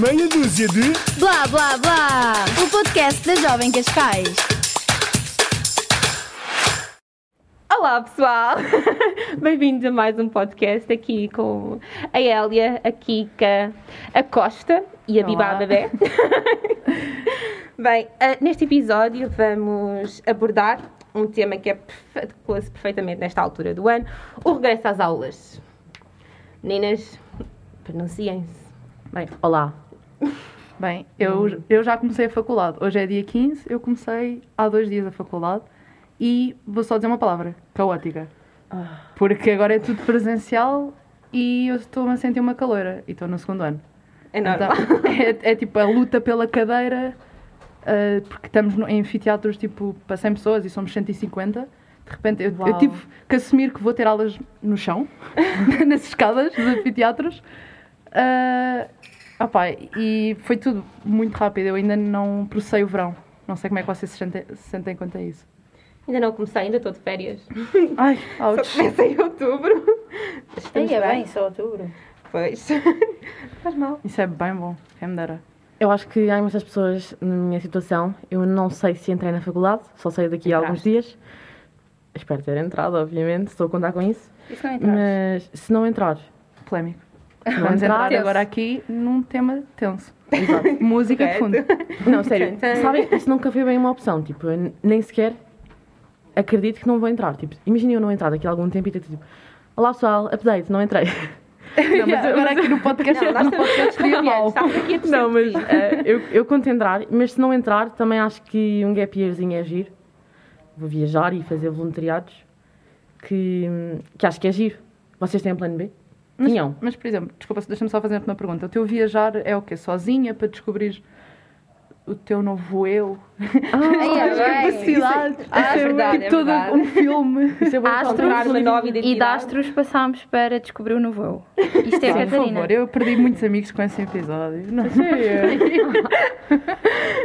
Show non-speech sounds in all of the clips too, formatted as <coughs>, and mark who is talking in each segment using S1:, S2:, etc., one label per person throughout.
S1: Meia dúzia de.
S2: Blá blá blá! O podcast da Jovem Cascais.
S3: Olá pessoal, <laughs> bem-vindos a mais um podcast aqui com a Elia, a Kika, a Costa e a Bibá
S4: Olá.
S3: Bebé. Bem, ah, neste episódio vamos abordar um tema que é perfeito, se perfeitamente nesta altura do ano, o regresso às aulas. Meninas, pronunciem-se. Bem,
S4: Olá. Bem, eu, eu já comecei a faculdade. Hoje é dia 15, eu comecei há dois dias a faculdade e vou só dizer uma palavra: caótica. Porque agora é tudo presencial e eu estou-me a sentir uma caloira e estou no segundo ano.
S3: é
S4: Então,
S3: normal.
S4: <laughs> é, é tipo a luta pela cadeira, ah, porque estamos no- em anfiteatros tipo para 100 pessoas e somos 150. De repente eu, eu
S5: Uau.
S4: tive que assumir que vou ter aulas no chão, <laughs> nas escadas dos anfiteatros. Ah, opá, e foi tudo muito rápido, eu ainda não processei o verão. Não sei como é que vocês se sentem, se sentem quanto a isso.
S3: Ainda não comecei, ainda estou de férias.
S4: Ai,
S3: Só
S4: ouch.
S3: começa em outubro.
S5: Aí é bem, só outubro.
S3: Pois. Faz mal.
S4: Isso é bem bom, quem me dera.
S6: Eu acho que há muitas pessoas na minha situação. Eu não sei se entrei na faculdade, só sei daqui a alguns dias. Espero ter entrado, obviamente, estou a contar com isso.
S5: Isso não entraste.
S6: Mas se não entrar,
S4: Polémico.
S6: se não
S4: Vamos
S6: entrar,
S4: entrar agora aqui num tema tenso.
S6: Exato.
S4: Música de fundo.
S5: <laughs>
S6: Não, sério,
S3: Tum, tum.
S6: sabem, isso nunca foi bem uma opção. Tipo, eu n- nem sequer acredito que não vou entrar. Tipo, imagina eu não entrar daqui a algum tempo e ter tipo, olá pessoal, update, não entrei.
S3: <laughs>
S4: Não, mas agora aqui no podcast
S3: Não, é nós estamos todos
S4: mal.
S3: criados, estamos aqui a torcer por
S6: Não, mas
S3: ti.
S6: eh, eu, eu conto entrar, mas se não entrar, também acho que um gap yearzinho é giro. Vou viajar e fazer voluntariados, que, que acho que é giro. Vocês têm plano B? Tinham.
S4: Mas, por exemplo, desculpa, deixa-me só fazer uma pergunta. O teu viajar é o quê? Sozinha para descobrir o teu novo eu?
S5: Aí é
S4: As
S5: bem.
S4: capacidades?
S3: Ah, é
S4: Isso
S3: verdade, é
S4: tipo, todo
S3: verdade. <laughs>
S4: um filme.
S6: <laughs> Isso é bom.
S5: Astros
S3: Procurar uma nova identidade.
S5: E de astros passámos para descobrir o novo eu. Isto é a
S4: Por
S5: Catarina.
S4: favor, eu perdi muitos amigos com esse episódio. Não <laughs> sei.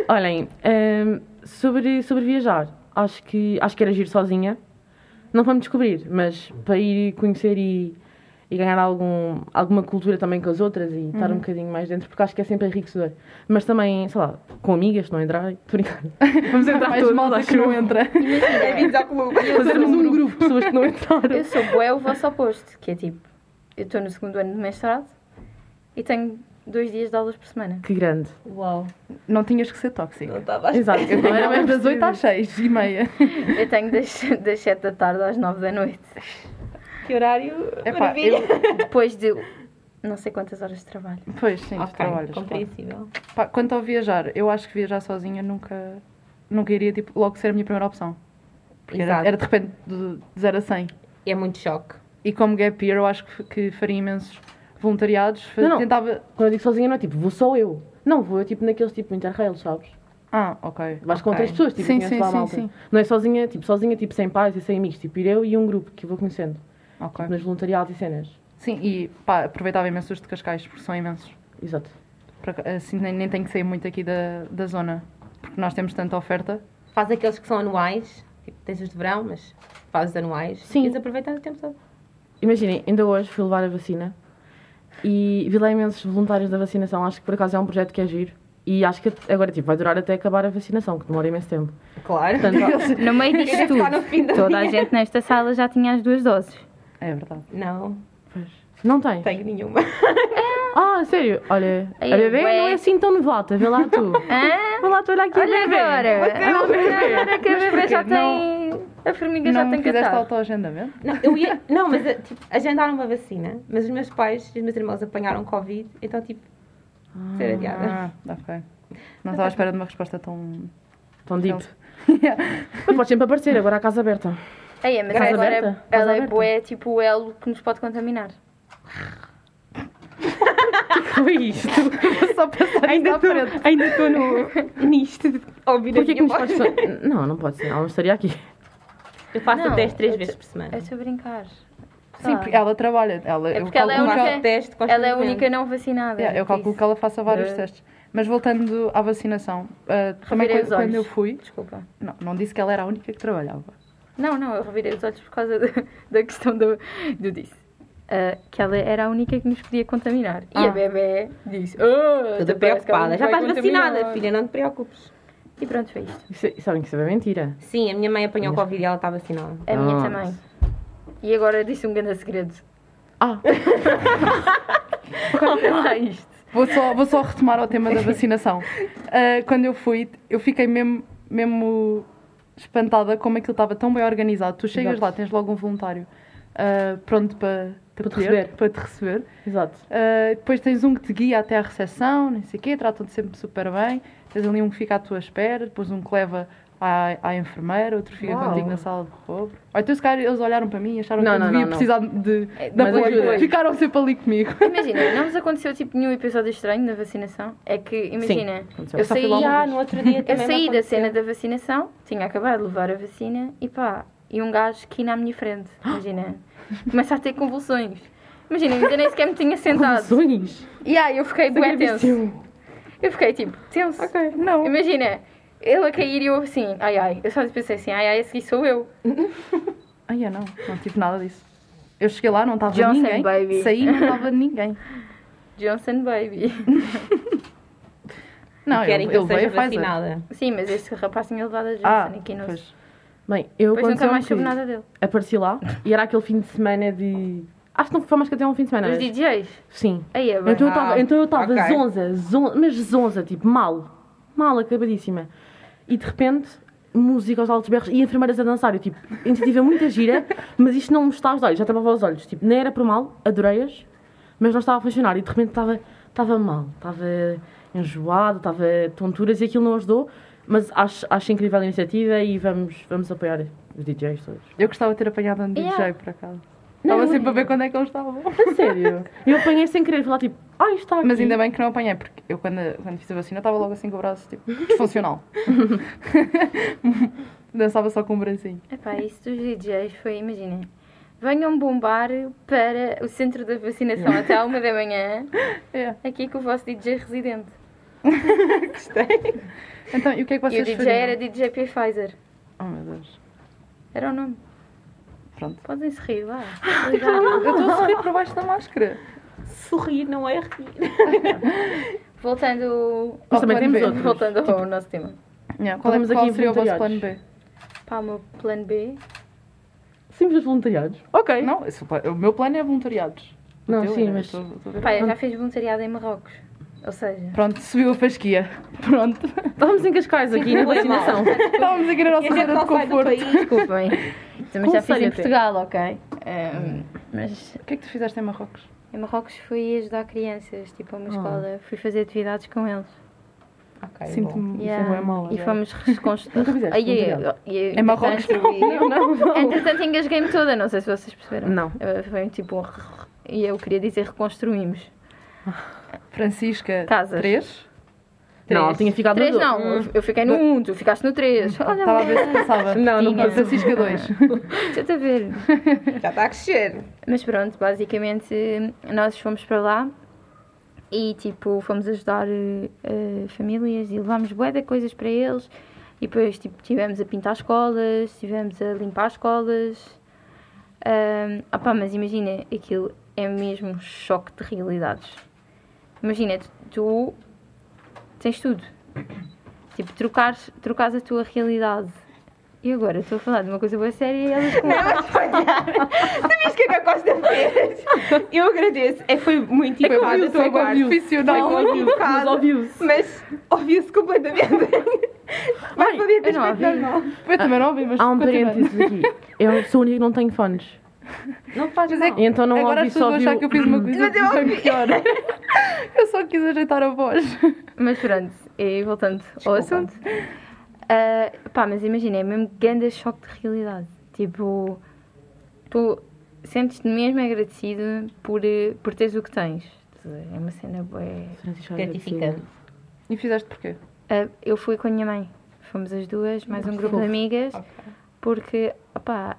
S6: Olhem, ehm, sobre, sobre viajar, acho que, acho que era giro sozinha. Não para me descobrir, mas para ir conhecer e, e ganhar algum, alguma cultura também com as outras e estar um bocadinho mais dentro, porque acho que é sempre enriquecedor. Mas também, sei lá, com amigas, não entrar, estou brincando.
S4: Vamos entrar mais
S6: todos,
S4: malta
S6: acho
S4: que não
S6: eu.
S4: entra.
S3: Bem-vindos ao clube.
S6: Fazermos um grupo de pessoas que não entraram.
S5: Eu sou bué o vosso oposto, que é tipo, eu estou no segundo ano de mestrado e tenho dois dias de aulas por semana.
S6: <laughs> Que grande.
S3: Uau.
S4: Não tinhas que ser tóxica.
S3: Estava
S6: Exato.
S4: Eu tenho aulas das 8 às 6 e meia.
S3: <laughs>
S5: Eu tenho das, <laughs> das 7 da tarde às 9 da noite.
S3: que horário
S4: Epá, eu,
S5: Depois de não sei quantas horas de trabalho.
S4: pois, sim, tu
S3: Ok,
S4: trabalhas. claro.
S3: compreensível.
S4: Pá, quanto ao viajar, eu acho que viajar sozinha nunca, nunca iria tipo, logo ser a minha primeira opção. Porque era,
S3: Exato.
S4: era de repente de, de 0 a 100.
S3: É muito choque.
S4: E como gap year, eu acho que, que faria imensos voluntariados. Fa-
S6: Não, não.
S4: Tentava.
S6: Quando eu digo sozinha, não é tipo, vou só eu. Não, vou eu tipo naqueles tipo interrail, sabes?
S4: Ah, ok.
S6: Vais com
S4: ok.
S6: outras pessoas, tipo,
S4: sim,
S6: conheces
S4: sim,
S6: lá a
S4: sim,
S6: malta.
S4: sim.
S6: Não é sozinha, tipo, sozinha, tipo, sem pais e sem amigos. Tipo, ir eu e um grupo que eu vou conhecendo.
S4: Ok.
S6: Nas voluntariados e cenas.
S4: Sim, e pá, aproveitava imenso os de Cascais, porque são imensos.
S6: Exato.
S4: Por aca- Assim, nem, nem tenho que sair muito aqui da, da zona, porque nós temos tanta oferta.
S3: Faz aqueles que são anuais, tipo, tens os de verão, mas fazes anuais.
S6: Sim.
S3: Tens aproveitar o tempo todo.
S6: Imaginem, ainda hoje fui levar a vacina e vi lá imensos voluntários da vacinação. Acho que por acaso é um projeto que é giro. E acho que agora, tipo, vai durar até acabar a vacinação, que demora imenso tempo.
S3: Claro.
S6: Portanto,
S5: <laughs> No meio disto
S3: Deve estar no fim da
S5: tudo, toda a gente nesta sala já tinha as duas doses.
S4: É verdade.
S3: Não,
S6: não tem.
S3: tenho nenhuma.
S6: Ah, sério? Olha, a
S5: Ai,
S6: bebê
S5: ué.
S6: não é assim tão novelata. Vê lá <laughs> tu.
S4: Ah,
S5: Hã?
S6: Vou lá, tu olha aqui
S5: Olha
S6: bebê.
S5: agora! Agora que a bebê já
S4: porquê?
S5: tem. A formiga já
S4: não
S5: tem
S4: fizeste
S5: catar.
S4: autoagendamento?
S3: Não, eu ia... não mas eh, tipo, agendaram uma vacina, mas os meus pais e os meus irmãos apanharam Covid, então, tipo, ser adiada. <laughs>
S4: Ah, ok. Não estava à espera de uma resposta tão.
S6: Tão deep.
S4: <laughs>
S6: Mas podes sempre aparecer, agora a casa é aberta. <laughs>
S5: Aí, mas
S6: Casa
S5: agora
S6: aberta? Casa
S5: ela é
S6: aberta?
S5: boé, tipo o elo que nos
S4: <laughs>
S5: pode contaminar.
S6: Foi isto.
S4: <laughs> Só pensar ainda à frente.
S3: Ainda estou no... nisto de ouvir
S6: Porquê
S3: a
S6: que
S3: minha
S6: nos
S3: voz.
S6: podes... Não, não pode ser, ela não estaria aqui.
S3: Eu faço
S5: Não,
S3: o teste três
S5: eu
S3: vezes
S5: te-
S3: por semana.
S5: É só brincar.
S4: Sim, porque ela trabalha. Ela,
S5: Tá É
S4: eu
S5: porque ela é a
S4: calculo que
S5: única.
S3: ela teste
S5: ela é a
S3: constantemente.
S5: única não vacinada.
S4: Yeah, eu
S5: por
S4: calculo
S5: isso.
S4: que ela faça vários
S5: Eh.
S4: testes. Mas voltando à vacinação, eh, também
S5: Revirei
S4: quando,
S5: os
S4: quando
S5: olhos.
S4: eu fui,
S5: Desculpa.
S4: não, não disse que ela era a única que trabalhava.
S5: <laughs> Não, não, eu revirei os olhos por causa da- da questão do, do disse. ah, que ela era a única que nos podia contaminar. E
S4: Ah.
S5: a bebê disse: Oh,
S3: Toda
S5: até parece que ela
S3: preocupada.
S5: nos
S3: Já
S5: vai
S3: estás vacinada,
S5: contaminar."
S3: filha, não te preocupes.
S5: E pronto, foi isto.
S6: Isso, é- sabem que isso é mentira.
S3: Sim, a minha mãe apanhou Covid e ela está vacinada.
S5: É A minha
S6: Nossa.
S5: também. E agora disse um grande segredo.
S6: Ah,
S5: Conta isto.
S4: Vou só, vou só retomar ao
S6: <laughs>
S4: tema da vacinação. Ah, quando eu fui, eu fiquei mesmo, mesmo espantada como aquilo estava tão bem organizado. Tu chegas
S6: Exato.
S4: lá, tens logo um voluntário ah, pronto para te
S6: Para te
S4: acolher,
S6: receber.
S4: Para te receber.
S6: exato.
S4: Ah, depois tens um que te guia até à recepção, não sei o quê, tratam-te sempre super bem. Tens ali um que fica à tua espera, depois um que leva à, à enfermeira, outro fica
S6: Uau.
S4: contigo na sala de roubo. Ou então, se calhar, eles olharam para mim e acharam
S6: Não,
S4: que eu
S6: não,
S4: devia
S6: não, não.
S4: precisar de, de
S6: mas ajuda.
S4: apoio. Ficaram sempre ali comigo.
S5: Imagina, não vos aconteceu tipo nenhum episódio estranho na vacinação? É que, imagina,
S6: aconteceu.
S5: eu
S4: só fui lá
S5: saí,
S4: uma
S3: Ah, no outro <laughs> dia
S5: eu
S3: também me
S5: saí da
S3: aconteceu.
S5: cena da vacinação, tinha acabado de levar a vacina e pá, e um gajo aqui na minha frente, imagina, começa a ter convulsões. Imagina, ainda nem sequer me tinha sentado.
S6: Convulsões?
S5: E aí eu fiquei bué tenso.
S6: Gravíssimo.
S5: Eu fiquei tipo, tenso.
S6: Ok.
S4: Não.
S5: Imagina, ele a cair e eu assim, ai ai. Eu só pensei assim, ai ai, esse aqui sou eu.
S4: Ai, eu não, não tive nada disso. Eu cheguei lá, não estava
S5: Johnson,
S4: ninguém.
S5: baby.
S4: Saí, não estava ninguém.
S5: Johnson
S4: <laughs>
S5: Baby.
S4: Não,
S3: Querem
S4: Ah, eu,
S3: que eu
S4: ele veio
S3: seja
S4: a Pfizer.
S3: vacinada.
S5: Sim, mas este rapaz tinha levado a Johnson
S4: Ah,
S5: aqui no.
S4: pois.
S6: Bem, eu
S5: Depois nunca
S6: aconteceu
S5: mais
S6: que
S5: soube nada dele.
S6: Apareci lá e era aquele fim de semana de. Acho que não foi mais que até um fim de semana.
S4: é.
S5: Os
S6: mas-
S5: DJs.
S6: Sim.
S5: Aí é bem.
S6: Então eu estava
S3: Ah,
S6: então eu tava
S3: ok.
S6: zonza, zon- mas zonza, tipo, mal. Mal, acabadíssima. E de repente, música aos altos berros e enfermeiras a dançar. Eu, tipo, iniciativa muita gira, mas isto não me está aos olhos, já tapava os olhos. Tipo, nem era por mal, adorei-as, mas não estava a funcionar. E de repente estava estava mal, estava enjoado, estava tonturas e aquilo não ajudou. Mas acho, acho incrível a iniciativa e vamos, vamos apoiar os DJs todos.
S4: Eu gostava de ter apanhado um DJ,
S5: Yeah.
S4: por acaso. Estava sempre a ver quando é que eles estavam.
S6: A sério? Eu apanhei sem querer, fui lá tipo, ai, está aqui.
S4: Mas ainda bem que não apanhei, porque eu quando, quando fiz a vacina estava logo assim com o braço, tipo, disfuncional. <laughs> Dançava só com o bracinho.
S5: Epá, isso dos DJs foi, imaginem. Venham bombar para o centro da vacinação até à uma da manhã,
S4: <laughs> É.
S5: aqui com o vosso DJ residente.
S4: Então, e o que é que
S5: E o
S4: vocês
S5: DJ
S4: faziam?
S5: era DJ P. Pfizer.
S4: Oh, meu Deus.
S5: Era o nome.
S4: Pronto.
S5: Podem se
S4: <laughs>
S5: rir, vá.
S4: Eu estou a sorrir por baixo da máscara.
S3: Sorrir não é rir.
S5: Voltando,
S6: Mas também
S4: Ao plano
S6: temos
S4: B.
S6: outros.
S5: voltando ao nosso tema.
S4: Yeah, qual é,
S6: Estamos aqui
S4: qual seria o vosso plano
S6: voluntariados.
S4: B?
S5: Pá, o meu plano B.
S6: Simples voluntariados. Ok.
S4: Não, esse- o meu plano é voluntariados. O
S6: Não,
S4: teu é
S6: sim,
S4: era-
S6: mas-
S4: né? tô- tô a ver.
S5: Pá, eu já fiz voluntariado em Marrocos. Ou seja,
S4: Pronto, subiu a fasquia. <laughs> Pronto.
S6: Estávamos em Cascais aqui na vacinação.
S4: Estávamos aqui na nossa
S3: E a gente
S4: zona de
S3: não sai do
S4: conforto.
S3: país.
S5: desculpem. Também
S6: Como
S5: já fiz
S6: sério,
S5: em
S6: Pedro?
S5: Portugal, ok? Ahm, mas
S4: O que é que tu fizeste em Marrocos?
S5: Em Marrocos fui ajudar crianças, tipo a uma escola, fui fazer atividades com eles.
S3: Ok, bom.
S4: Sinto-me
S5: Yeah.
S4: é mal.
S5: e fomos reconstruir. <laughs>
S6: Nunca fizeste, nunca
S4: Em Marrocos,
S5: Entretanto,
S6: Não, não.
S5: entretanto engasguei-me toda, não sei se vocês perceberam.
S6: Não.
S5: Eh, Foi tipo um. rrr, E eu queria dizer reconstruímos.
S4: Francisca,
S5: Casas.
S4: 3.
S6: Não, tinha ficado
S5: Três
S6: no
S5: não, eu- eu fiquei no um, tu ficaste no três. Olha,
S4: Estava a ver se passava.
S6: Não, não
S5: Tinha.
S4: Francisca, <laughs> 2.
S5: deixa-te a ver.
S3: <laughs> Já está a crescer.
S5: Mas pronto, basicamente nós fomos para lá e tipo fomos ajudar eh, eh, famílias e levámos bué de coisas para eles e depois tipo tivemos a pintar escolas, tivemos a limpar escolas. Ahm, opá, mas imagina, aquilo é mesmo um choque de realidades. Imagina, tu, tu tens tudo. Tipo, trocares, trocares a tua realidade. E agora estou a falar de uma coisa boa séria e elas com
S3: Sabias o que é que a Costa fez? Eu agradeço. É, foi muito
S4: É que
S3: educada
S4: ouviu-se,
S3: da sua
S4: agora
S3: parte.
S4: profissional.
S3: Foi muito
S6: Mas
S3: educada.
S6: ouviu-se.
S3: Mas ouviu-se completamente. Mas podia ter
S5: eu não
S3: feito normal.
S4: Eu também não ouvi, mas.
S6: Há um
S4: continuando.
S6: parênteses aqui. Eu sou a única que não tenho fones.
S3: Não faz
S4: Mas é
S3: mal.
S6: E então não
S4: Agora
S6: ouvi,
S4: as pessoas
S6: só
S4: vão
S6: ouvi.
S4: achar que eu fiz <laughs> uma coisa
S3: Mas eu
S4: que foi
S3: ouvi.
S4: pior. <laughs> Eu só quis ajeitar a voz.
S5: Mas pronto, e voltando ao
S4: Desculpa.
S5: assunto. Ah, pá, mas imagina, é mesmo grande choque de realidade. Tipo, tu sentes-te mesmo agradecido por, eh, por teres o que tens. Estás a ver? É uma cena boa.
S6: Francisco, olha,
S3: Gratificante.
S4: E fizeste porquê?
S5: Ah, eu fui com a minha mãe. Fomos as duas, mais um grupo de amigas. Porque, opá,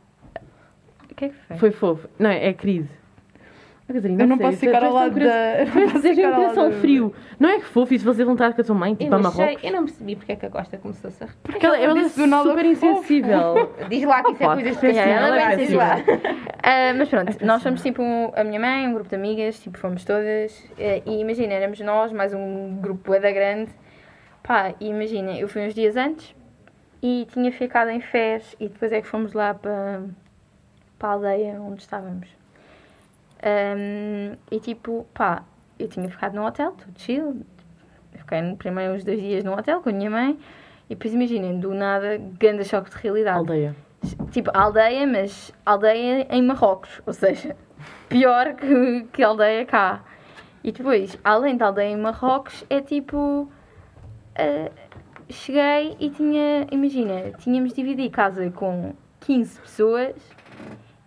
S5: o que é que foi?
S6: Foi fofo. Não, é crise. Ah, Catarina,
S4: Eu não
S6: a sério,
S4: posso ficar
S6: tu és
S4: ao
S6: tão
S4: lado da- <laughs>
S6: coração- Tu és
S4: não posso
S6: tens um
S4: ficar ao lado
S6: coração
S4: da-
S6: frio. Não é que fofo isso vocês vão estar com a tua mãe, tipo, a
S3: Eu não,
S6: Marrocos?
S3: sei, eu não percebi porque é que a Costa começou-se a repetir.
S6: Porque ela,
S4: Ela
S6: ela é
S4: disse do nada
S6: super
S4: fofo.
S6: <laughs> insensível.
S3: Diz lá que isso é
S6: Opa,
S3: coisas
S5: é,
S3: pessoais.
S5: ela vai
S3: vai,
S5: dizer
S3: diz lá.
S5: Ah, mas pronto, nós fomos tipo um- a minha mãe, um grupo de amigas, tipo fomos todas. eh, e imagina, éramos nós, mais um grupo bué da grande. Pá, e imagina, eu fui uns dias antes e tinha ficado em Fez e depois é que fomos lá para, para a aldeia onde estávamos. Ahm, e tipo, pá, eu tinha ficado num hotel, tudo chill. Fiquei no- primeiro uns dois dias num hotel com a minha mãe e depois imaginem, do nada, grande choque de realidade.
S6: Aldeia.
S5: Tipo, aldeia, mas aldeia em Marrocos, ou seja, <laughs> pior que, que aldeia cá. E depois, além da aldeia em Marrocos, é tipo. ah, cheguei e tinha. Imagina, tínhamos dividido casa com 15 pessoas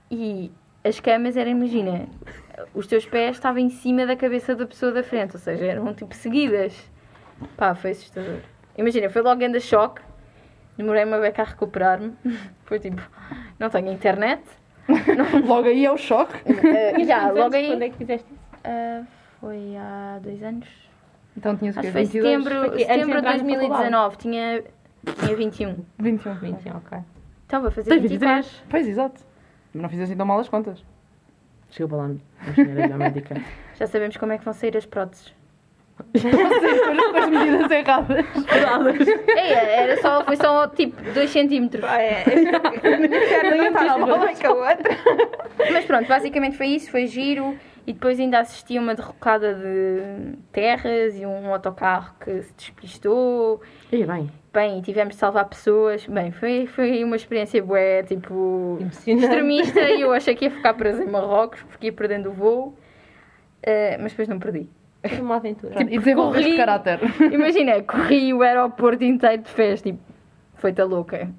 S5: e as camas eram, imagina, os teus pés estavam em cima da cabeça da pessoa da frente, ou seja, eram tipo seguidas. Pá, foi assustador. Imagina, foi logo grande choque. Demorei uma beca a recuperar-me. Foi tipo, não tenho internet.
S4: Logo aí é o choque.
S5: <laughs> Eh, já, logo
S3: Quando
S5: aí.
S3: é que fizeste isso?
S5: eh, foi há dois anos.
S4: Então tinhas o
S5: Acho
S4: quê?
S5: que foi
S4: 22?
S5: setembro,
S3: Foi aqui, antes de
S5: setembro de
S3: entrar na
S5: 2019. Tinha, tinha 21.
S4: 21.
S3: 21, ok.
S5: Então vou fazer
S6: Tens
S5: 24.
S6: 23.
S4: Pois, exato. Não fiz assim tão mal as contas.
S6: Chegou para lá, a senhora da é médica.
S5: Já sabemos como é que vão sair as próteses.
S4: com as medidas erradas.
S5: Ei, É, era só, foi só tipo 2 centímetros.
S3: É, eu estava uma com a outra.
S5: Mas pronto, basicamente foi isso, foi giro. E depois ainda assisti a uma derrocada de terras e um autocarro que se despistou.
S6: E bem,
S5: Bem, e tivemos de salvar pessoas. Bem, foi, foi uma experiência bué, tipo...
S3: Impressionante.
S5: Extremista e eu achei que ia ficar presa em Marrocos porque ia perdendo o voo. Eh, mas depois não perdi.
S3: Foi uma aventura.
S4: E desenvolves
S5: corri. Então,
S4: de caráter.
S5: Imagina, <laughs> corri o aeroporto inteiro de festa, tipo, foi-te a louca.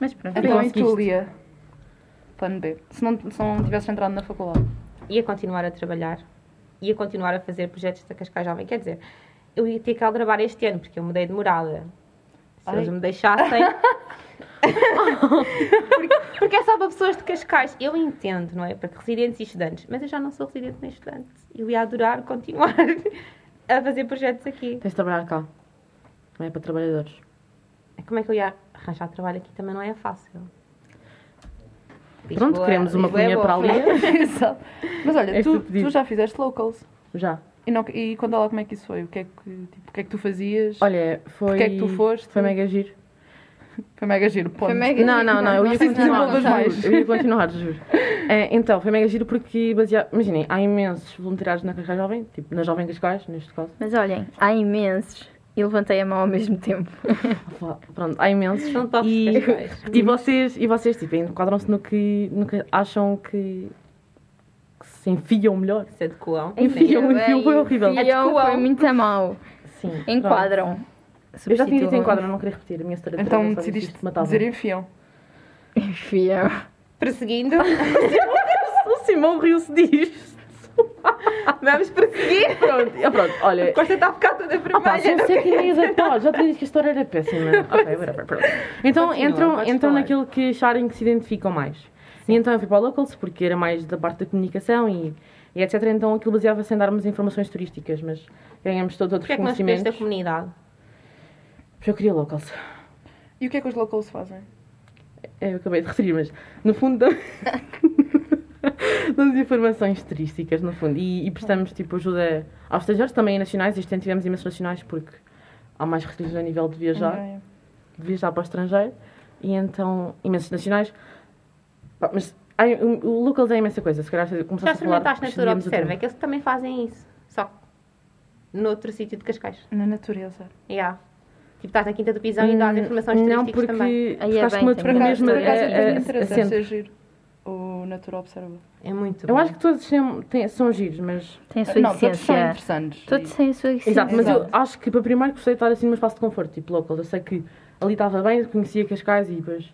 S5: Mas pronto.
S4: Então, e tu,
S6: conseguiste.
S4: Lia? Plano B. Se não, se não tivesses entrado na faculdade.
S3: ia continuar a trabalhar, ia continuar a fazer projetos da Cascais Jovem. Quer dizer, eu ia ter que aldrabar este ano, porque eu mudei de morada. Se
S4: Ai.
S3: eles me deixassem. <laughs> porque, porque é só para pessoas de Cascais. Eu entendo, não é? Para que residentes e estudantes. Mas eu já não sou residente nem estudante. Eu ia adorar continuar <laughs> a fazer projetos aqui.
S6: tens de trabalhar cá. Não é para trabalhadores.
S3: Como é que eu ia arranjar trabalho aqui também não é fácil.
S6: Pronto, queremos uma
S3: Lisboa é
S6: colinha para a
S3: boa.
S6: Lia.
S4: exato. Mas olha,
S6: É
S4: tu,
S6: tudo dito.
S4: tu já fizeste locals.
S6: Já.
S4: E, não, e conta lá como é que isso foi. O que é que, tipo, o que, é que tu fazias?
S6: Olha, foi.
S4: Porquê é que tu foste?
S6: Foi mega giro.
S4: Foi mega giro. Ponto.
S5: Foi mega-
S6: Não, não, não, eu ia
S4: Não sei se
S6: continuar.
S4: desenvolves mais.
S6: juro, Eu ia continuar,
S4: <laughs>
S6: juro. Eh, então, foi mega giro porque baseado. Imaginem, há imensos voluntários na Cascais Jovem, tipo, na Jovem Cascais, neste caso.
S5: Mas olhem, há imensos. E levantei a mão ao mesmo tempo.
S6: Pá, Pronto, há imensos.
S3: São tops
S6: e,
S3: Cascais.
S6: <laughs> e vocês, e vocês tipo, enquadram-se no que, no que acham que, que se enfiam melhor.
S3: Se adequam.
S6: <laughs> Enfim, eu-
S5: Bem,
S6: foi horrível.
S5: Enfiam, foi muito a mal.
S6: Sim. É tipo pronto.
S5: Enquadram.
S6: Eu já tinha dito
S5: Substituam.
S6: enquadram, não queria repetir. A minha história de
S4: Então
S6: trabalho só disse
S4: decidiste
S6: que me matavam.
S4: dizer enfiam.
S5: Enfiam.
S3: Perseguindo.
S6: <laughs> O Simão riu-se disto.
S3: Vamos perseguir.
S6: Pronto, ah, pronto, olha.
S3: Costa está a ficar toda
S6: Ah pá, são
S3: vermelha.
S6: sete e meia da tarde, já te disse que a história
S3: <laughs>
S6: era péssima. ok, whatever, pronto. Então
S3: é. Continua,
S6: entram,
S3: podes
S6: entram
S3: falar.
S6: naquilo que acharem que se identificam mais. E então eu fui para o Locals porque era mais da parte da comunicação e, e etc. Então aquilo baseava-se em darmos informações turísticas, mas ganhamos todos outros
S3: Porquê é que nós escolhemos
S6: conhecimentos.
S3: da comunidade?
S6: Porque eu queria Locals.
S4: E o que é que os locals fazem?
S6: É, Eu acabei de referir, mas no fundo damos- damos informações turísticas, no fundo, e, e prestamos tipo ajuda aos estrangeiros, também a nacionais, este ano tivemos imensos nacionais porque há mais restrições a nível de viajar,
S4: Ok.
S6: de viajar para o estrangeiro, e então imensos nacionais. Pá, mas há- o, o locals é imensa coisa, se calhar se
S3: Já
S6: começasse a falar...
S3: experimentaste na Tour
S6: perderíamos o
S3: Observa? É
S6: tempo.
S3: que eles também fazem isso. Só que noutro sítio de Cascais.
S4: Na natureza.
S3: Yeah. Tipo, estás na Quinta do Pisão e dás informações
S6: Hum, Não,
S3: turísticas
S6: porque
S3: também.
S6: porque acho
S5: bem,
S6: que uma
S5: tem
S6: turma
S5: graça.
S6: mesmo
S5: Por acaso,
S6: é-
S5: um
S6: é-
S4: é, interessante
S6: assente.
S4: ser giro. O Natura Observa.
S3: É muito
S6: Eu
S3: bom.
S6: acho que todos são, têm- são giros, mas...
S5: Tem a sua
S4: não, todos são
S5: essência.
S4: interessantes.
S5: É Todos
S4: E-
S5: têm a sua essência.
S6: Exato, mas eu
S4: Exato.
S6: acho que para primeiro gostei de estar assim num espaço de conforto, tipo local. Eu sei que ali estava bem, conhecia Cascais e depois.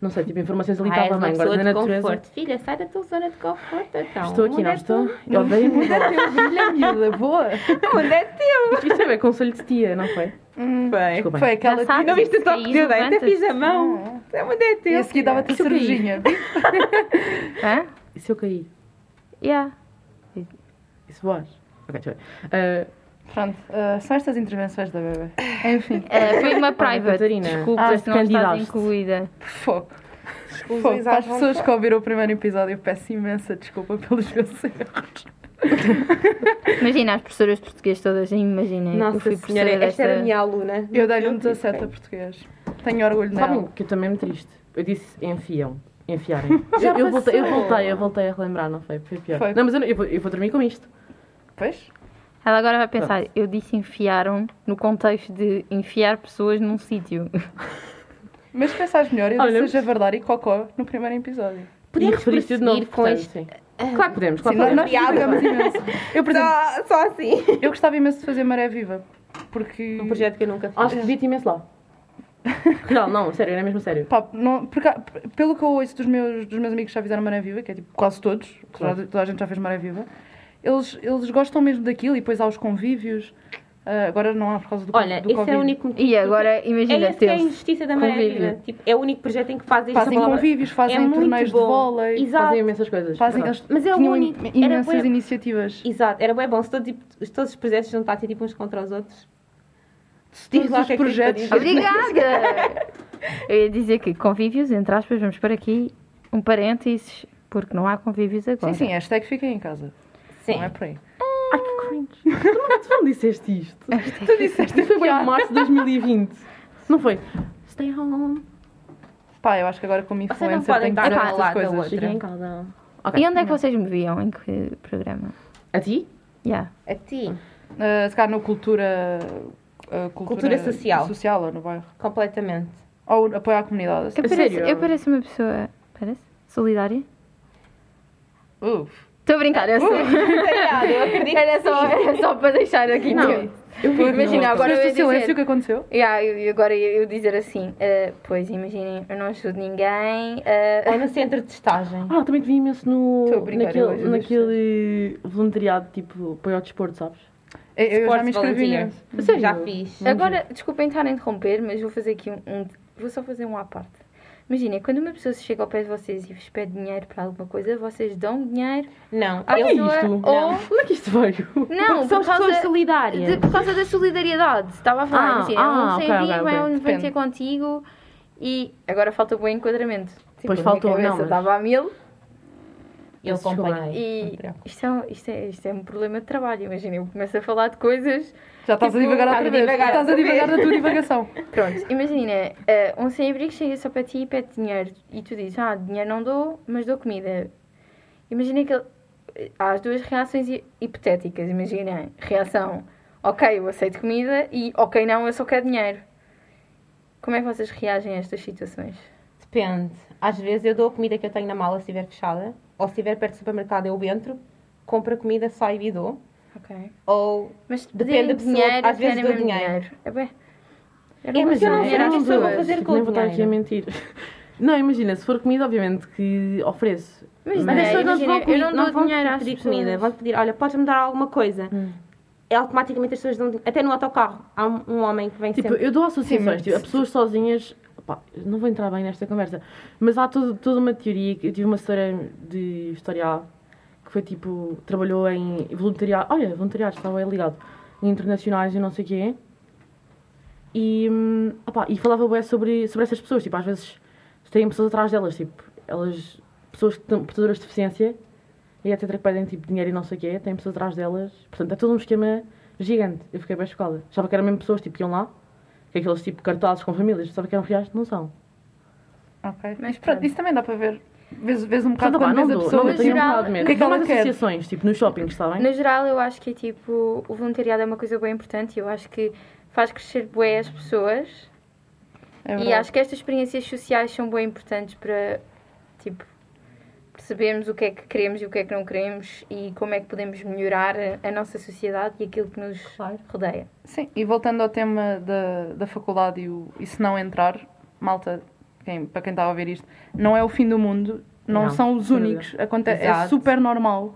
S6: Não sei, tipo, informações ali
S3: Ah, és
S6: estava
S3: uma
S6: bem. Agora
S3: pessoa
S6: na
S3: de
S6: natureza.
S3: conforto. Filha, sai da tua zona de conforto, então.
S6: Estou aqui, não
S3: Mulher,
S6: estou?
S3: tu-
S6: Eu odeio mudar. <laughs>
S4: Olha, miúda, boa.
S6: Isto é bem conselho de tia, não foi?
S3: Bem.
S6: Desculpem.
S4: Foi aquela
S5: Já sabe.
S4: tia.
S3: Não viste o toque
S5: Caí,
S3: de dedo? Até
S5: levanta-te.
S3: fiz a mão. Até mudei
S4: E
S3: teu.
S4: a seguir dava-te a
S6: Isso eu caí.
S4: cervejinha.
S5: Hã?
S6: E se eu caí?
S5: Yeah.
S6: Isso bora. Ok, deixa eu ver.
S4: <laughs> Pronto, ah, são estas intervenções da bebê. Enfim, <laughs>
S5: Eh,
S3: <laughs>
S5: foi uma private.
S6: Catarina.
S5: Desculpa,
S6: Ah,
S5: se não estás
S6: candidaste.
S5: incluida.
S4: fogo. Fogo. Para as pessoas que ouviram o primeiro episódio, eu peço imensa desculpa pelos meus <laughs> erros.
S5: Imagina as professoras de português todas, imaginem. eu
S3: Nossa
S5: um fui
S3: senhora,
S5: professora
S3: esta era a
S5: desta.
S3: minha aluna.
S4: Eu dei-lhe um
S3: Não sei
S4: 17 a
S3: bem.
S4: português. Tenho orgulho
S6: Sabem
S4: dela.
S6: que eu também me triste. Eu disse enfiam. Enfiarem. eu, eu voltei, eu voltei, eu voltei a relembrar, não foi? Foi pior.
S4: Foi.
S6: Não, mas eu, não- eu vou, eu vou dormir com isto.
S4: Pois?
S5: Ela agora vai pensar, eu disse enfiaram no contexto de enfiar pessoas num sítio. <laughs>
S4: Mas pensares melhor, eu
S6: Olha,
S4: disse seja verdade e cocó no primeiro episódio.
S6: e referiste de novo,
S5: prosseguir com
S6: portanto,
S5: este-
S6: sim. Claro que podemos, claro
S4: Sim,
S6: que
S4: nós,
S6: podemos.
S4: nós brigamos imenso. Eu, por exemplo,
S3: Só, só assim.
S4: eu gostava imenso de fazer Maré Viva. Porque.
S3: Um projeto que eu nunca
S6: Acho
S3: fiz.
S6: que devia ter imenso lá. Real, <laughs> não, sério, era mesmo sério.
S4: Pá, não, porque há- pelo que eu ouço dos meus, dos meus amigos que já fizeram Maré Viva, que é tipo quase todos,
S6: Claro.
S4: toda, toda a gente já fez Maré Viva, eles, eles gostam mesmo daquilo e depois há os convívios. Ah, agora não há por causa do, co-
S3: Olha,
S4: do
S3: esse
S4: Covid.
S3: é o único motivo.
S5: E agora,
S3: É
S5: imagina,
S3: esse que é a
S5: teve-se.
S3: injustiça da Maria
S5: Convívio.
S3: Vida. Tipo, é o único projeto em que fazem essa
S4: Fazem
S3: palavra. É
S4: convívios, fazem
S3: muito
S4: torneios de
S3: bom.
S4: vôlei.
S3: Exato.
S6: Fazem imensas coisas.
S4: Fazem,
S6: Verdade.
S4: eles
S3: Mas é o
S4: tinham im-
S3: único- era
S4: imensas
S3: bué-
S4: iniciativas.
S3: Exato, era bem bom se todos, tipo, se todos os projetos juntassem tipo uns contra os outros.
S4: Todos
S3: lá o
S4: os
S3: que é que
S4: projetos.
S3: tem para
S5: Obrigada! Eu ia dizer que convívios, entre aspas, vamos por aqui um parênteses, porque não há convívios agora.
S4: Sim, sim, hashtag fiquem em casa.
S3: Sim.
S4: Não é por aí.
S6: Ai, que cringe. Tu não- Tu não disseste isto. Tu disseste É isto. Foi bem em março de 2020. Não foi? Stay home.
S4: Pá, eu acho que agora como
S3: Vocês não
S4: influencer
S3: podem
S4: tenho que
S3: estar ao
S4: fazer
S5: Epá,
S4: essas
S3: lado da
S4: coisas.
S3: outra.
S6: Fiquei em casa. Ok.
S5: E onde é que vocês me viam? Em que programa?
S6: A ti?
S5: Yeah.
S3: A ti,
S4: Ah, se calhar no cultura, ah,
S3: Cultura social.
S4: social ou no bairro.
S3: completamente.
S4: Ou apoio à comunidade. Assim.
S5: Eu pareço,
S6: sério?
S5: eu pareço uma pessoa. Parece? Solidária?
S4: Uf.
S5: Estou a brincar, eu sei.
S3: <laughs> Obrigada, eu acredito.
S5: <laughs> Era só, era só para deixar aqui.
S6: Não.
S5: que-
S6: Eu vi.
S5: Imagina, agora eu
S4: Percebeste
S5: ia
S4: o silêncio
S5: dizer...
S4: que aconteceu?
S5: Yeah, eu, eu agora ia eu dizer assim, eh, pois imaginem, eu não ajudo ninguém, eh,
S3: Ou É no centro de estágio.
S6: Ah, também te vi imenso no,
S4: Estou a brincar, eu
S6: naquele,
S4: ajudo as
S6: naquele voluntariado, tipo, apoio ao desporto, sabes?
S4: Eu, eu já
S3: Sports
S4: me inscrevi
S3: volunteer.
S4: nisso.
S5: Ah,
S6: Sério?
S3: Já fiz.
S5: Agora, desculpem estar a interromper, mas vou fazer aqui um, um- Vou só fazer um à parte. Imagina, quando uma pessoa chega ao pé de vocês e vos pede dinheiro para alguma coisa, vocês dão dinheiro.
S3: Não,
S5: Ah,
S3: eu
S6: Olha
S5: pessoa-
S6: isto!
S5: ou-
S6: Onde é que isto veio?
S5: Não,
S6: são
S5: por causa,
S6: pessoas solidárias.
S5: de- por causa da solidariedade. Estava a falar,
S6: Ah,
S5: imagina,
S6: ah,
S5: um sem
S6: ok, ok, ok.
S5: dinheiro, vai um vai
S4: Depende.
S5: ter contigo e agora falta o bom enquadramento. Tipo,
S6: Pois
S5: a minha
S6: faltou, não,
S5: cabeça
S6: mas-
S5: Estava a mil
S3: eu acompanhei.
S5: e
S3: preocupes.
S5: isto é, isto, é, isto é um problema de trabalho. Imagina, eu começo a falar de coisas
S4: Já estás a
S5: Tipo,
S4: divagar
S5: estás
S4: outra
S5: a
S4: vez.
S5: divagar
S4: Estás a
S5: outra
S4: divagar da tua divagação.
S5: Pronto, imagina, eh, um sem-abrigo chega só para ti e pede dinheiro. E tu dizes, ah, dinheiro não dou, mas dou comida. Imagina que ele... eh, Há as duas reações hi- hipotéticas. Imagina, reação, ok, eu aceito comida e ok, não, eu só quero dinheiro. Como é que vocês reagem a estas situações?
S3: Depende. Às vezes eu dou a comida que eu tenho na mala se estiver fechada, ou se estiver perto do supermercado eu entro, compro a comida, saio e dou.
S5: Ok.
S3: Ou.
S5: Mas se
S3: Depende
S5: pedirem
S3: da pessoa,
S5: dinheiro,
S3: às vezes
S5: querem
S3: dou
S5: mesmo
S3: dinheiro.
S5: É bem...
S3: É, mas eu não
S5: dinheiro
S3: sei o que
S5: às
S3: as pessoas vão
S5: pessoas.
S3: fazer com
S6: um Tipo, Nem
S3: o
S6: vou estar aqui a
S3: dinheiro.
S6: mentir. Não, imagina, se for comida, obviamente que ofereço.
S5: Mas,
S6: Mas
S5: dinheiro,
S6: as pessoas não te
S5: imagina,
S6: vão comi-
S5: eu não, dou
S3: vão
S5: dinheiro às
S3: pedir
S5: pessoas.
S3: comida, vão pedir, olha, podes-me dar alguma coisa. É automaticamente as pessoas dão dinheiro. Até no autocarro há um, um homem que vem
S6: Tipo,
S3: sempre.
S6: eu dou associações, tipo, a pessoas sozinhas. Pá, não vou entrar bem nesta conversa, mas há todo- toda uma teoria. que Eu tive uma história de história A que foi tipo, trabalhou em voluntariado. Olha, voluntariado, estava bem ligado. Em internacionais e não sei o quê. E, hum, opá, e falava bem sobre, sobre essas pessoas. Tipo, às vezes têm pessoas atrás delas, tipo, elas, pessoas que estão portadoras de deficiência e etc. que pedem tipo dinheiro e não sei o quê, têm pessoas atrás delas. Portanto, é todo um esquema gigante. Eu fiquei bem chocada. Achava que eram mesmo pessoas tipo, que iam lá, que aqueles tipo cartazes com famílias, sabe que eram reais, não são.
S4: Ok.
S5: Mas
S4: Mas
S5: pronto.
S4: pronto, isso também dá para ver. Vês, vês um
S6: Portanto,
S4: bocado
S5: Então tá
S6: opá,
S4: quando
S6: não
S4: vês a
S6: dou,
S4: pessoa.
S6: não dou, tenho um
S5: geral,
S6: bocado de medo.
S4: o que é que
S6: Há
S4: ela
S6: mais
S4: quer?
S6: associações, tipo, nos shoppings, está bem?
S5: No geral, eu acho que tipo, o voluntariado é uma coisa bem importante e eu acho que faz crescer bué as pessoas.
S4: É
S5: e
S4: verdade.
S5: acho que estas experiências sociais são bem importantes para, tipo, percebermos o que é que queremos e o que é que não queremos e como é que podemos melhorar a, a nossa sociedade e aquilo que nos rodeia.
S4: Sim, e voltando ao tema da, da faculdade e, o, e se não entrar, malta, quem, para quem está a ouvir isto, não é o fim do mundo, não,
S6: Não,
S4: são os
S6: sem
S4: únicos, aconte- é
S3: Exato.
S4: super normal.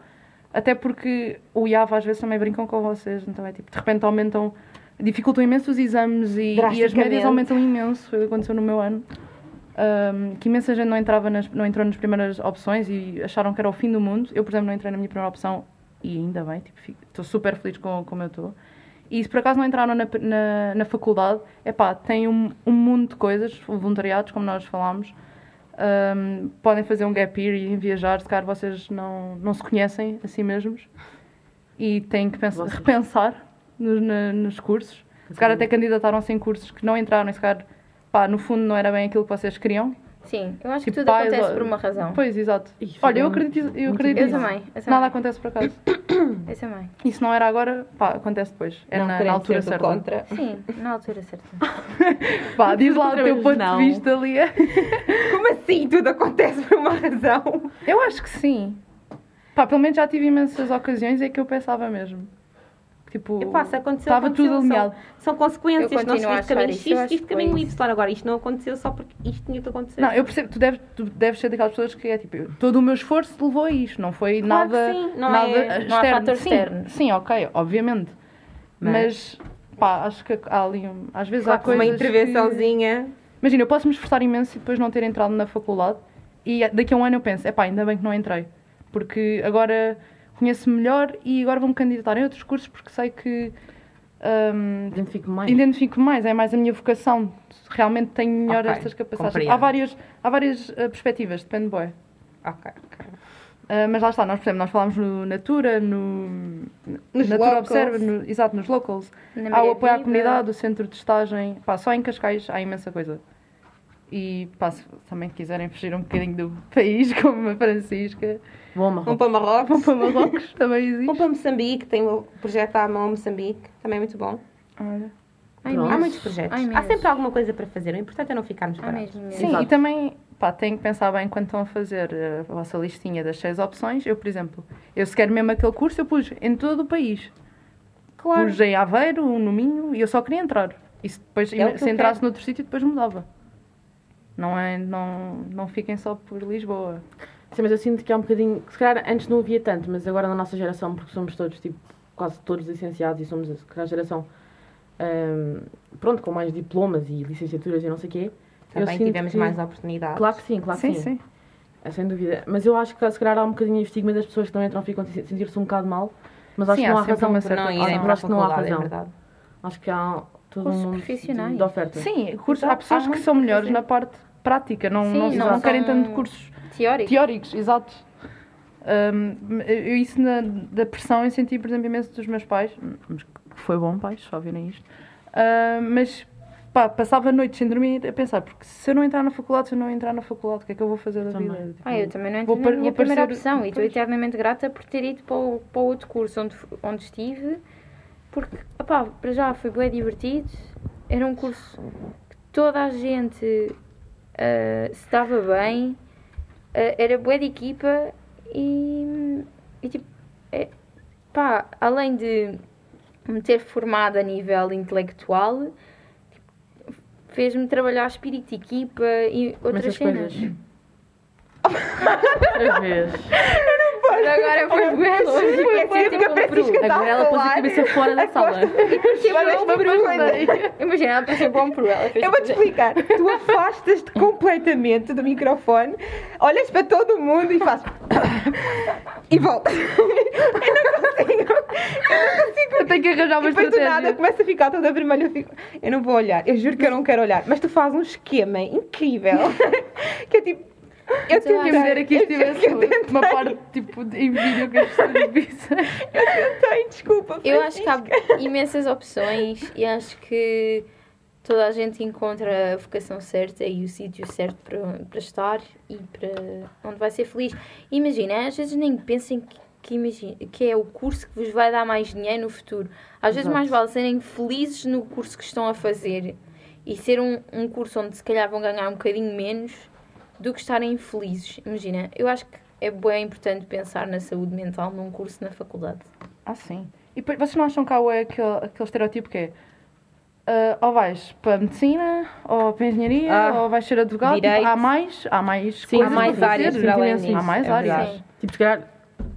S4: Até porque o IAV às vezes também brincam com vocês, então é tipo, de repente aumentam, dificultam imenso os exames e, e as médias
S3: Drasticamente.
S4: aumentam imenso, foi o que aconteceu no meu ano. Ah, ahm, que imensa gente não, entrava nas, não entrou nas primeiras opções e acharam que era o fim do mundo. Eu, por exemplo, não entrei na minha primeira opção e ainda bem, tipo, fico- estou super feliz com como eu estou. E se por acaso não entraram na, na, na faculdade, é pá, tem um, um mundo de coisas, voluntariados, como nós falámos. Ahm, podem fazer um gap year e viajar, se calhar vocês não, não se conhecem a si mesmos e têm que pensar,
S6: Vocês.
S4: repensar nos, na- nos cursos. Se calhar até candidataram-se em cursos que não entraram, e se calhar, pá, no fundo não era bem aquilo que vocês queriam.
S5: Sim, eu acho que
S4: Tipo,
S5: tudo
S4: pais,
S5: acontece
S4: ó,
S5: por uma razão.
S4: Pois, exato.
S6: Ih, foi
S4: Olha, eu
S6: muito-
S4: acredito, eu
S6: muito
S4: acredito
S5: Eu
S4: nisso.
S5: também, eu também.
S4: Nada acontece por acaso.
S5: Eu também.
S4: E se não era agora, pá, acontece depois. É
S3: Não
S4: na, na
S3: querendo
S4: altura
S3: ser do
S4: certa.
S3: contra.
S5: Sim, na altura
S4: <laughs>
S5: certa.
S4: Pá, diz lá o
S6: Outra
S4: teu
S6: vez,
S4: ponto
S6: não.
S4: de vista, Lia.
S3: Como assim tudo acontece por uma razão? <laughs>
S4: Eu acho que sim. Pá, pelo menos já tive imensas ocasiões em que eu pensava mesmo. Tipo,
S3: Epá, se aconteceu,
S4: estava
S3: aconteceu,
S4: tudo
S3: são-
S4: alinhado.
S3: São
S5: Eu
S3: consequências,
S5: continuo
S3: não
S5: a
S3: seguiste
S5: achar
S3: caminho
S5: isso,
S3: X,
S5: eu acho
S3: isto
S5: que
S3: caminho
S5: foi
S3: Y. Agora, isto não aconteceu só porque isto tinha que acontecer.
S4: Não, eu percebo, tu deves, tu deves ser daquelas pessoas que é tipo, eu- todo o meu esforço levou a isto, não foi
S3: Claro que
S4: nada,
S3: sim, não
S4: nada
S3: é-
S5: não há fator
S4: sim,
S5: externo.
S4: Sim, ok, obviamente. Mas, pá, acho que há ali, um- às vezes há
S3: Claro que
S4: coisas
S3: uma
S4: que-
S3: intervençãozinha.
S4: Imagina, eu posso me esforçar imenso e depois não ter entrado na faculdade e daqui a um ano eu penso, epá, ainda bem que não entrei, porque agora conheço-me melhor e agora vou-me candidatar em outros cursos porque sei que hum,
S6: Identifico-me mais.
S4: identifico mais, é mais a minha vocação, realmente tenho melhor
S3: Ok,
S4: estas capacidades.
S3: compreendo.
S4: Há várias, há várias eh, perspectivas, depende de boé.
S3: Ok, ok.
S4: mas lá está, nós, por exemplo, nós falámos no Natura, no
S3: Nos
S4: Natura
S3: locals.
S4: Observa, no- exato, nos locals.
S5: Na
S4: Há Ah, o
S5: Maria
S4: apoio à
S5: Viva.
S4: comunidade, o centro de estagem. Pá, só em Cascais há imensa coisa. E pá, se também quiserem fugir um bocadinho do <laughs> país, como a Francisca,
S6: Bom, Marrocos.
S3: Vão para Marrocos.
S4: vão para Marrocos, <laughs> também
S3: Vão
S4: existe.
S3: para Moçambique, tem o projeto à mão Moçambique, também é muito bom.
S4: Olha.
S5: Ai,
S6: Pronto.
S5: mesmo.
S3: Há muitos projetos.
S5: Ai,
S3: Há
S5: mesmo.
S3: sempre alguma coisa para fazer, o importante é não ficarmos
S5: Ah,
S3: parados.
S5: mesmo, mesmo.
S4: Sim,
S6: Exato.
S4: e também pá, têm que pensar bem quando estão a fazer eh, a vossa listinha das seis opções. Eu, por exemplo, eu se quero mesmo aquele curso, eu pus em todo o país.
S3: Claro.
S4: Pus em Aveiro, um no Minho, e eu só queria entrar. E se, depois,
S3: É o que
S4: se
S3: eu
S4: entrasse
S3: quero.
S4: noutro sítio, depois mudava. Não, é, não, não fiquem só por Lisboa.
S6: Sim, mas eu sinto que há um bocadinho. que Se calhar antes não havia tanto, mas agora na nossa geração, porque somos todos, tipo, quase todos licenciados e somos se calhar, a geração. ahm, pronto, com mais diplomas e licenciaturas e não sei o quê. eu
S3: Também
S6: sinto
S3: tivemos
S6: que-
S3: mais oportunidades.
S6: Claro que sim, claro que sim. É, Sem dúvida. Mas eu acho que se calhar há um bocadinho de estigma das pessoas que não entram ficam a se- sentir-se um bocado mal. Mas acho
S4: Sim,
S6: que não
S4: há
S6: há
S4: sempre
S6: razão
S4: uma
S6: para
S3: Por
S4: certa
S3: não
S6: não,
S3: irem
S6: acho,
S3: para a
S6: que não há
S3: faculdade, é
S6: razão.
S3: verdade.
S6: acho que há todo
S5: Cursos
S6: um mundo
S5: profissionais.
S6: de, de oferta.
S4: Sim, cursos, há
S6: Exato.
S4: pessoas que são melhores na parte prática, não,
S5: Sim,
S4: não,
S5: não
S4: não
S5: são-
S4: querem tanto cursos
S5: Teórico.
S4: teóricos, exato. Hum, eu, isso na- da pressão eu senti, por exemplo, imenso dos meus pais, mas que foi bom, pais, só virem isto, Hum, mas pá, passava noites sem dormir a pensar, porque se eu não entrar na faculdade, se eu não entrar na faculdade, o que é que eu vou fazer da
S6: Também.
S4: vida? Tipo,
S5: Ah, eu também não
S4: Vou
S5: entrei
S4: par-
S5: na minha
S4: vou
S5: primeira
S4: parecer-
S5: opção e estou
S4: Pois.
S5: eternamente grata por ter ido para o, para o outro curso onde, f- onde estive, porque, opá, para já foi bem divertido, era um curso que toda a gente ah, se dava bem, ah, era boa de equipa e, e tipo, é- pá, além de me ter formado a nível intelectual, tipo, fez-me trabalhar espírito de equipa e outras
S6: Imensas
S5: cenas.
S6: coisas. Outra vez.
S5: Agora foi bué longe.
S6: assim
S3: Foi assim bué
S5: Foi tipo
S3: longe.
S5: um peru.
S6: Agora ela pôs a
S3: falar.
S6: cabeça fora da sala.
S5: Pareceu
S3: Mas
S5: um peru.
S3: deixa-me
S5: Imagina, ela pareceu para um peru. Ela fez
S3: Eu vou-te explicar. Tu afastas-te completamente do microfone, olhas para todo mundo e fazes. <coughs> e voltas. <laughs> Eu não consigo. Eu não consigo.
S4: Eu tenho que arranjar uma
S3: E depois Tipo, do
S4: estratégia.
S3: nada começa a ficar toda vermelha. Eu, fico, eu não vou olhar, eu juro que eu não quero olhar. Mas tu fazes um esquema <laughs> incrível. que é tipo. Eu
S4: Quem me dera
S3: tentei,
S4: que
S3: eu,
S4: isto tivesse
S3: eu tentei, <laughs>
S4: uma parte tipo de- em vídeo que as pessoas vissem.
S3: tentei, desculpa.
S5: Eu acho que há
S3: Francisca.
S5: imensas opções e acho que toda a gente encontra a vocação certa e o sítio certo para, para estar e para onde vai ser feliz. Imagina, às vezes nem pensem que, que, imagina, que é o curso que vos vai dar mais dinheiro no futuro. Às vezes
S6: Exato.
S5: mais vale serem felizes no curso que estão a fazer e ser um, um curso onde se calhar vão ganhar um bocadinho menos do que estarem felizes. Imagina, eu acho que é bem importante pensar na saúde mental num curso na faculdade.
S4: Ah, sim. E depois, vocês não acham que há o- é aquele, aquele estereotipo que é ah, ou vais para a medicina, ou para a engenharia,
S3: Ah,
S4: ou vais ser advogado? Tipo,
S3: direito.
S4: há mais, há mais
S6: Sim,
S4: coisas
S6: há mais
S4: para fazer. tipo, assim,
S6: áreas para além disso.
S4: Há mais
S3: É
S4: áreas.
S3: verdade.
S6: Tipo, se calhar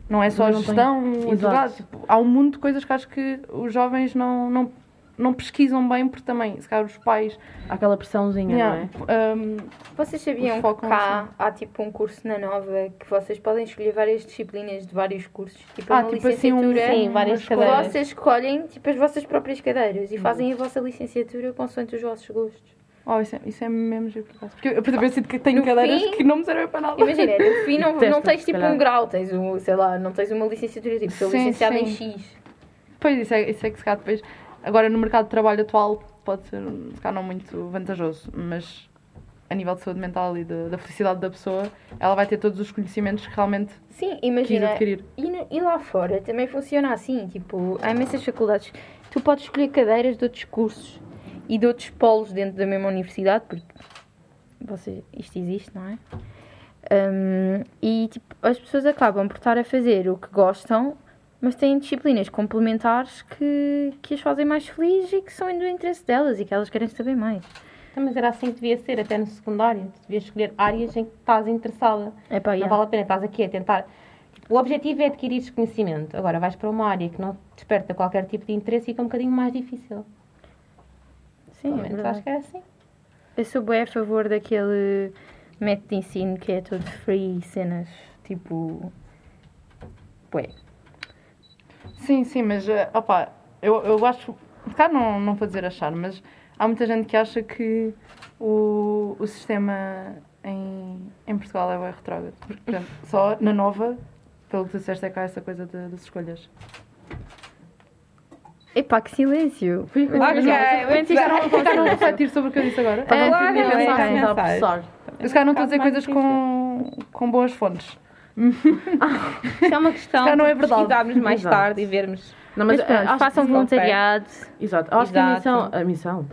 S4: Não é só
S6: Mas não
S4: gestão,
S6: tem.
S4: advogado.
S6: Exato.
S4: tipo, há um mundo de coisas que acho que os jovens não, não, não pesquisam bem, porque também, se calhar, os pais.
S6: Há aquela pressãozinha, não é?
S4: yeah, um,
S5: Vocês sabiam
S4: Os
S5: que
S4: focam
S5: cá há tipo um curso na Nova que vocês podem escolher várias disciplinas de vários cursos? Tipo,
S4: ah,
S5: uma
S4: tipo assim, um,
S5: licenciatura. Tipo,
S4: um-
S6: Sim, várias
S4: umas
S6: cadeiras.
S4: coisas.
S5: Vocês escolhem tipo as vossas próprias cadeiras e fazem a vossa licenciatura consoante os vossos gostos.
S4: Oh, isso é, isso é mesmo giro que eu faço. Porque eu, por exemplo, eu sinto que tenho
S5: No
S4: cadeiras
S5: fim-
S4: que não me servem para nada.
S5: Imagina, no fim não, não
S6: Detesto,
S5: tens
S6: se
S5: tipo
S6: calhar.
S5: um grau, tens um, sei lá, não tens uma licenciatura tipo, sou
S4: Sim,
S5: licenciada em
S4: sim.
S5: X.
S4: Pois, isso é, isso é que se calhar depois. Agora, no mercado de trabalho atual, pode ser, se calhar, não muito vantajoso, mas a nível de saúde mental e de- da felicidade da pessoa, ela vai ter todos os conhecimentos que realmente
S5: Sim,
S4: quis
S5: imagina.
S4: adquirir.
S5: E, no- e lá fora também funciona assim, tipo, há imensas faculdades. Tu podes escolher cadeiras de outros cursos e de outros polos dentro da mesma universidade, porque você, isto existe, não é? Hum, e tipo, as pessoas acabam por estar a fazer o que gostam, mas têm disciplinas complementares que, que as fazem mais felizes e que são do interesse delas e que elas querem saber mais.
S3: Então, Mas era assim que devia ser, até no secundário. Tu devias escolher áreas em que estás interessada.
S5: É pá,
S3: Não vale a pena, estás aqui a tentar. O objetivo é adquirir conhecimento. Agora vais para uma área que não desperta qualquer tipo de interesse e fica um bocadinho mais difícil.
S5: Sim,
S3: Pelo
S5: é
S3: menos
S5: verdade.
S3: acho que é assim.
S5: Eu sou bem a favor daquele método de ensino que é todo free, cenas tipo. Ué.
S4: Sim, sim, mas eh, opá, eu, eu acho. Cá não, não vou dizer achar, mas há muita gente que acha que o, o sistema em, em Portugal é bem retrógrado. Porque, por exemplo, só na nova, pelo que tu disseste, é cá essa coisa de- das escolhas.
S5: Epá, que silêncio!
S6: Fui
S4: Ficaram, ficaram a refletir sobre o que eu disse agora?
S5: É,
S6: Estava
S5: claro,
S6: a
S5: não é.
S6: pensar, estava a
S3: Pensar.
S6: pensar.
S4: Eu se calhar não estou a dizer
S3: um bocado
S4: coisas
S3: mais
S4: com, com boas fontes.
S3: Isto é uma questão
S4: Já não é
S3: de
S4: verdade.
S3: pesquisarmos mais
S6: Exato.
S3: tarde e vermos
S6: Não,
S5: Mas
S6: mas, eh, acho
S5: pronto,
S6: que
S5: façam
S6: se
S5: voluntariado.
S6: confere- Exato. Acho que a missão...
S3: Exato.
S6: A missão?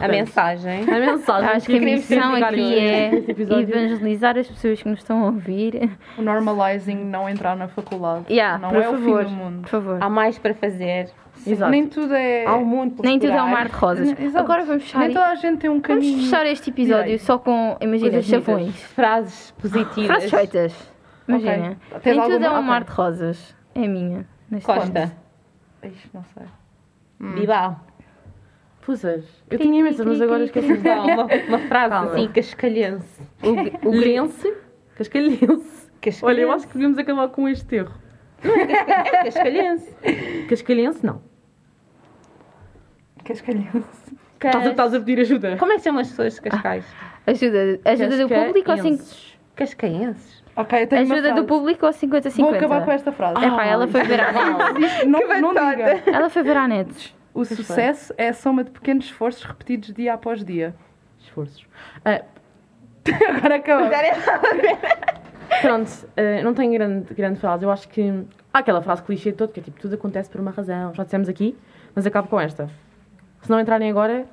S3: a
S6: <laughs>
S3: mensagem.
S6: A mensagem.
S5: Acho que a
S6: queremos
S5: missão
S6: chegar
S5: aqui
S6: hoje
S5: é
S6: neste episódio.
S5: evangelizar as pessoas que nos estão a ouvir.
S4: O normalizing não entrar na faculdade.
S5: Yeah,
S4: não
S5: por
S4: é
S5: favor,
S4: o fim do mundo.
S5: Por favor.
S3: Há mais para fazer.
S6: Exato.
S4: Nem tudo é.
S3: Há um mundo por
S5: Nem tudo é um
S3: explorar.
S5: mar de rosas.
S4: Exato.
S5: Agora vamos fechar.
S4: Nem toda a gente tem um
S5: Vamos
S4: caminho.
S5: fechar este episódio
S4: direito.
S5: só com, imagina,
S6: Coisas bonitas.
S5: chavões.
S3: Frases positivas.
S5: Frases feitas.
S4: Ok.
S5: Imagina.
S4: Tens
S5: Nem tudo
S4: alguma?
S5: é um
S4: Ok.
S5: mar de rosas. É a minha. neste momento.
S3: Costa.
S4: Ixi, não sei.
S6: Hum.
S3: Bibá.
S6: Pussas. Eu tinha imensas, mas agora esqueci.
S3: Não, uma, uma frase
S6: Calma.
S3: assim, cascalhense.
S6: O Lense. Cascalhense.
S3: Cascalhense.
S6: Olha, eu acho é que devíamos acabar com este erro.
S3: Cascalhense.
S6: Cascalhense, não.
S4: Cascalhense.
S6: Estás a, Ah. estás a pedir ajuda.
S3: Como é que chamam as pessoas de Cascais?
S5: Ajuda, é ajuda do público ou cin-
S6: Cascaenses.
S3: Cascaenses?
S4: Ok, eu tenho é uma
S5: Ajuda do
S4: frase.
S5: público ou 50-50?
S4: Vou acabar com esta frase.
S5: Epá,
S6: Ah,
S5: ela foi ver a
S4: não, não diga.
S5: Ela foi ver a net.
S4: O sucesso é a soma de pequenos esforços repetidos dia após dia. <laughs>
S6: Esforços. Ah,
S4: Agora acabou.
S6: Pronto, eh, não tenho grande, grande frase. Eu acho que há aquela frase clichê toda que é tipo, tudo acontece por uma razão. Já dissemos aqui, mas acabo com esta. Se não entrarem agora,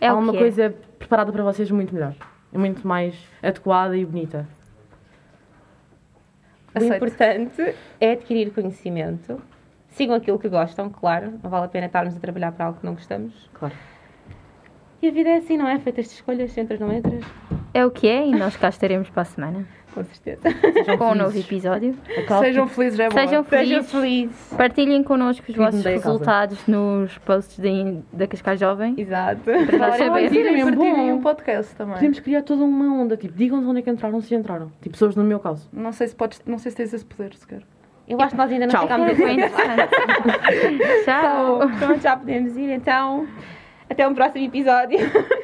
S5: É
S6: há
S5: o
S6: uma
S5: que é.
S6: coisa preparada para vocês muito melhor. É muito mais adequada e bonita.
S4: Aceito.
S3: O importante é adquirir conhecimento. Sigam aquilo que gostam, claro. Não vale a pena estarmos a trabalhar para algo que não gostamos.
S6: Claro.
S3: E a vida é assim, não é? Feitas de escolhas, entras, não entras.
S5: É o que é e nós cá estaremos para a semana
S3: Com certeza.
S5: com um novo
S6: felizes.
S5: episódio.
S6: Acalmem-se.
S4: Sejam felizes, é bom.
S5: Sejam
S3: Sejam
S5: felizes.
S3: felizes.
S5: Partilhem connosco os
S6: Cuidem
S5: vossos
S6: da casa.
S5: resultados nos posts da- da Cascais Jovem.
S3: Exato.
S5: Para nós sabermos.
S6: mentira,
S4: Partilhem,
S6: mesmo
S4: partilhem
S6: bom.
S4: o podcast
S5: é?
S4: também.
S6: Podemos criar toda uma onda, tipo, digam-nos onde é que entraram, se entraram. Tipo, pessoas no meu caso.
S4: Não sei se podes, não sei se tens esse poder sequer.
S3: Eu acho que nós ainda não
S6: Tchau.
S3: chegámos
S6: <laughs>
S3: a
S5: Foi <laughs> interessante. Tchau.
S3: Então, já podemos ir, então. Até um então. próximo episódio.